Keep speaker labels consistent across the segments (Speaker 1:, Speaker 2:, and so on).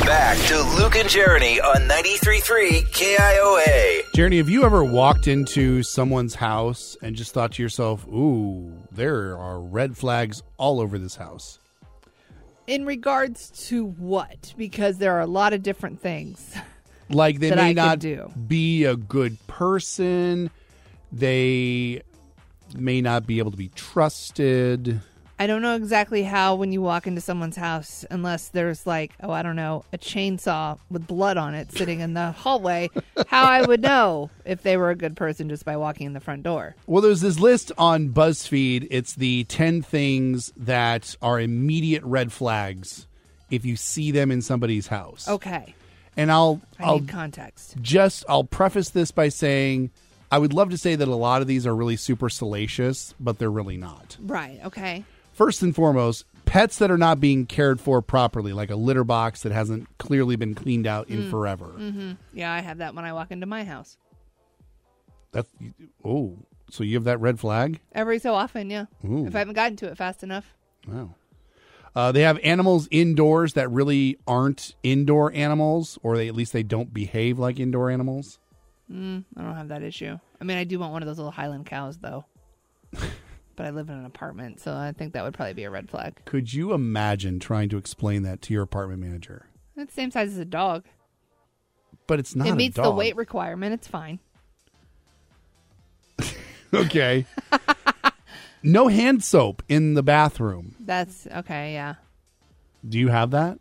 Speaker 1: back to Luke and Jeremy on 93.3 KIOA.
Speaker 2: Jeremy, have you ever walked into someone's house and just thought to yourself, ooh, there are red flags all over this house?
Speaker 3: In regards to what? Because there are a lot of different things.
Speaker 2: Like they
Speaker 3: That I
Speaker 2: may
Speaker 3: could
Speaker 2: not
Speaker 3: do.
Speaker 2: be a good person, they may not be able to be trusted.
Speaker 3: I don't know exactly how when you walk into someone's house, unless there's like, oh, I don't know, a chainsaw with blood on it sitting in the hallway, how I would know if they were a good person just by walking in the front door.
Speaker 2: Well, there's this list on BuzzFeed. It's the 10 things that are immediate red flags if you see them in somebody's house.
Speaker 3: Okay.
Speaker 2: And I'll
Speaker 3: I
Speaker 2: I'll
Speaker 3: need context.
Speaker 2: just I'll preface this by saying I would love to say that a lot of these are really super salacious, but they're really not.
Speaker 3: Right. Okay.
Speaker 2: First and foremost, pets that are not being cared for properly, like a litter box that hasn't clearly been cleaned out in
Speaker 3: Mm.
Speaker 2: forever.
Speaker 3: Mm-hmm. Yeah, I have that when I walk into my house.
Speaker 2: That's oh, so you have that red flag?
Speaker 3: Every so often, yeah. If I haven't gotten to it fast enough.
Speaker 2: Wow. Uh, they have animals indoors that really aren't indoor animals, or they at least they don't behave like indoor animals.
Speaker 3: I don't have that issue. I mean, I do want one of those little Highland cows, though. but I live in an apartment, so I think that would probably be a red flag.
Speaker 2: Could you imagine trying to explain that to your apartment manager?
Speaker 3: It's the same size as a dog.
Speaker 2: But it's not.
Speaker 3: it
Speaker 2: a
Speaker 3: meets the
Speaker 2: dog.
Speaker 3: weight requirement. It's fine.
Speaker 2: Okay. no hand soap in the bathroom.
Speaker 3: That's okay. Yeah,
Speaker 2: Do you have that?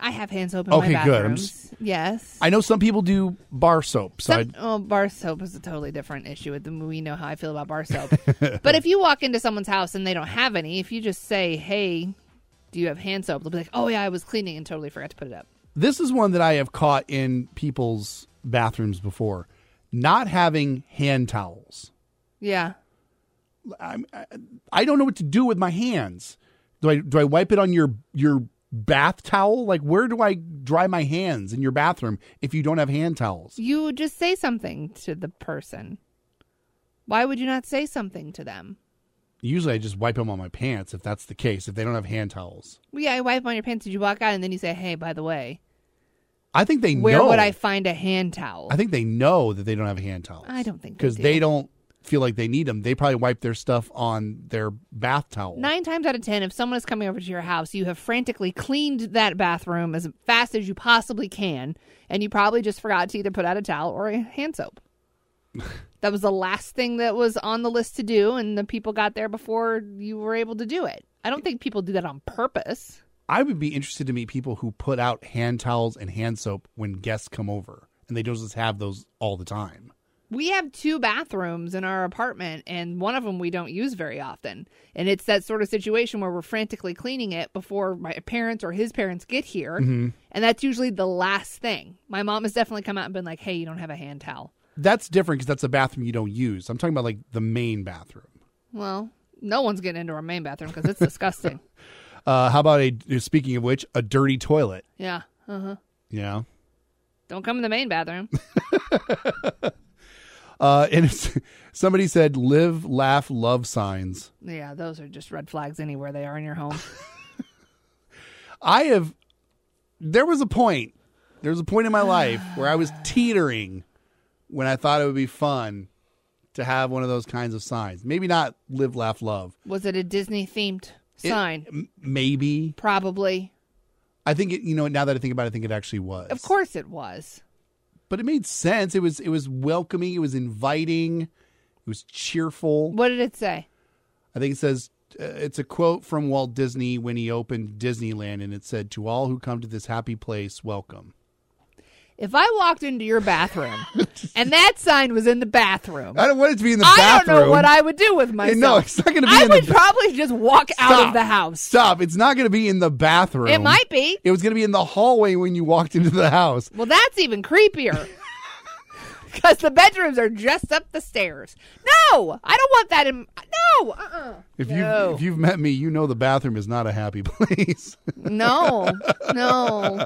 Speaker 3: I have hand soap in
Speaker 2: Okay,
Speaker 3: my
Speaker 2: good. I'm
Speaker 3: bathrooms. Yes.
Speaker 2: I know some people do bar soap. So
Speaker 3: Some, well, bar soap is a totally different issue. With them, we know how I feel about bar soap. but if you walk into someone's house and they don't have any, if you just say, "Hey, do you have hand soap?" They'll be like, "Oh yeah, I was cleaning and totally forgot to put it up."
Speaker 2: I, this is one that I have caught in people's bathrooms before. Not having hand towels.
Speaker 3: Yeah.
Speaker 2: I don't know what to do with my hands. Do I do I wipe it on your your bath towel? Like where do I dry my hands in your bathroom if you don't have hand towels?
Speaker 3: You just say something to the person. Why would you not say something to them?
Speaker 2: Usually I just wipe them on my pants if that's the case if they don't have hand towels.
Speaker 3: Well, yeah, I wipe on your pants. Did you walk out and then you say, "Hey, by the way,
Speaker 2: I think they
Speaker 3: where
Speaker 2: know.
Speaker 3: would I find a hand towel?"
Speaker 2: I think they know that they don't have hand towels.
Speaker 3: I don't think they
Speaker 2: because
Speaker 3: do.
Speaker 2: they don't feel like they need them. They probably wipe their stuff on their bath towel.
Speaker 3: Nine times out of ten, if someone is coming over to your house, you have frantically cleaned that bathroom as fast as you possibly can, and you probably just forgot to either put out a towel or a hand soap. that was the last thing that was on the list to do, and the people got there before you were able to do it. I don't think people do that on purpose.
Speaker 2: I would be interested to meet people who put out hand towels and hand soap when guests come over, and they don't just have those all the time.
Speaker 3: We have two bathrooms in our apartment, and one of them we don't use very often. And it's that sort of situation where we're frantically cleaning it before my parents or his parents get here. And that's usually the last thing. My mom has definitely come out and been like, hey, you don't have a hand towel.
Speaker 2: That's different because that's a bathroom you don't use. I'm talking about like the main bathroom.
Speaker 3: Well, no one's getting into our main bathroom because it's disgusting.
Speaker 2: Uh, how about a speaking of which, a dirty toilet?
Speaker 3: Yeah. Uh huh.
Speaker 2: You know,
Speaker 3: Don't come in the main bathroom.
Speaker 2: uh, and it's, somebody said "live, laugh, love" signs.
Speaker 3: yeah, those are just red flags anywhere they are in your home.
Speaker 2: I have. There was a point. There was a point in my life where I was teetering when I thought it would be fun to have one of those kinds of signs. Maybe not live, laugh, love.
Speaker 3: Was it a Disney themed sign?
Speaker 2: M- maybe.
Speaker 3: Probably.
Speaker 2: I think it, you know. Now that I think about it, I think it actually was.
Speaker 3: Of course it was.
Speaker 2: but it made sense. It was it was welcoming. It was inviting. It was cheerful.
Speaker 3: What did it say?
Speaker 2: I think it says uh, it's a quote from Walt Disney when he opened Disneyland, and it said, "To all who come to this happy place, welcome."
Speaker 3: If I walked into your bathroom and that sign was in the bathroom,
Speaker 2: I don't want it to be in the
Speaker 3: I
Speaker 2: bathroom.
Speaker 3: don't know what I would do with myself.
Speaker 2: no, it's not gonna be
Speaker 3: I
Speaker 2: in the
Speaker 3: would
Speaker 2: ba-
Speaker 3: probably just walk out
Speaker 2: Stop.
Speaker 3: of the house.
Speaker 2: Stop! It's not going to be in the bathroom.
Speaker 3: It might be.
Speaker 2: It was going to be in the hallway when you walked into the house.
Speaker 3: Well, that's even creepier. Because the bedrooms are just up the stairs. No, I don't want that in. No, uh-uh.
Speaker 2: If
Speaker 3: No.
Speaker 2: you if you've met me, you know the bathroom is not a happy place.
Speaker 3: no, no.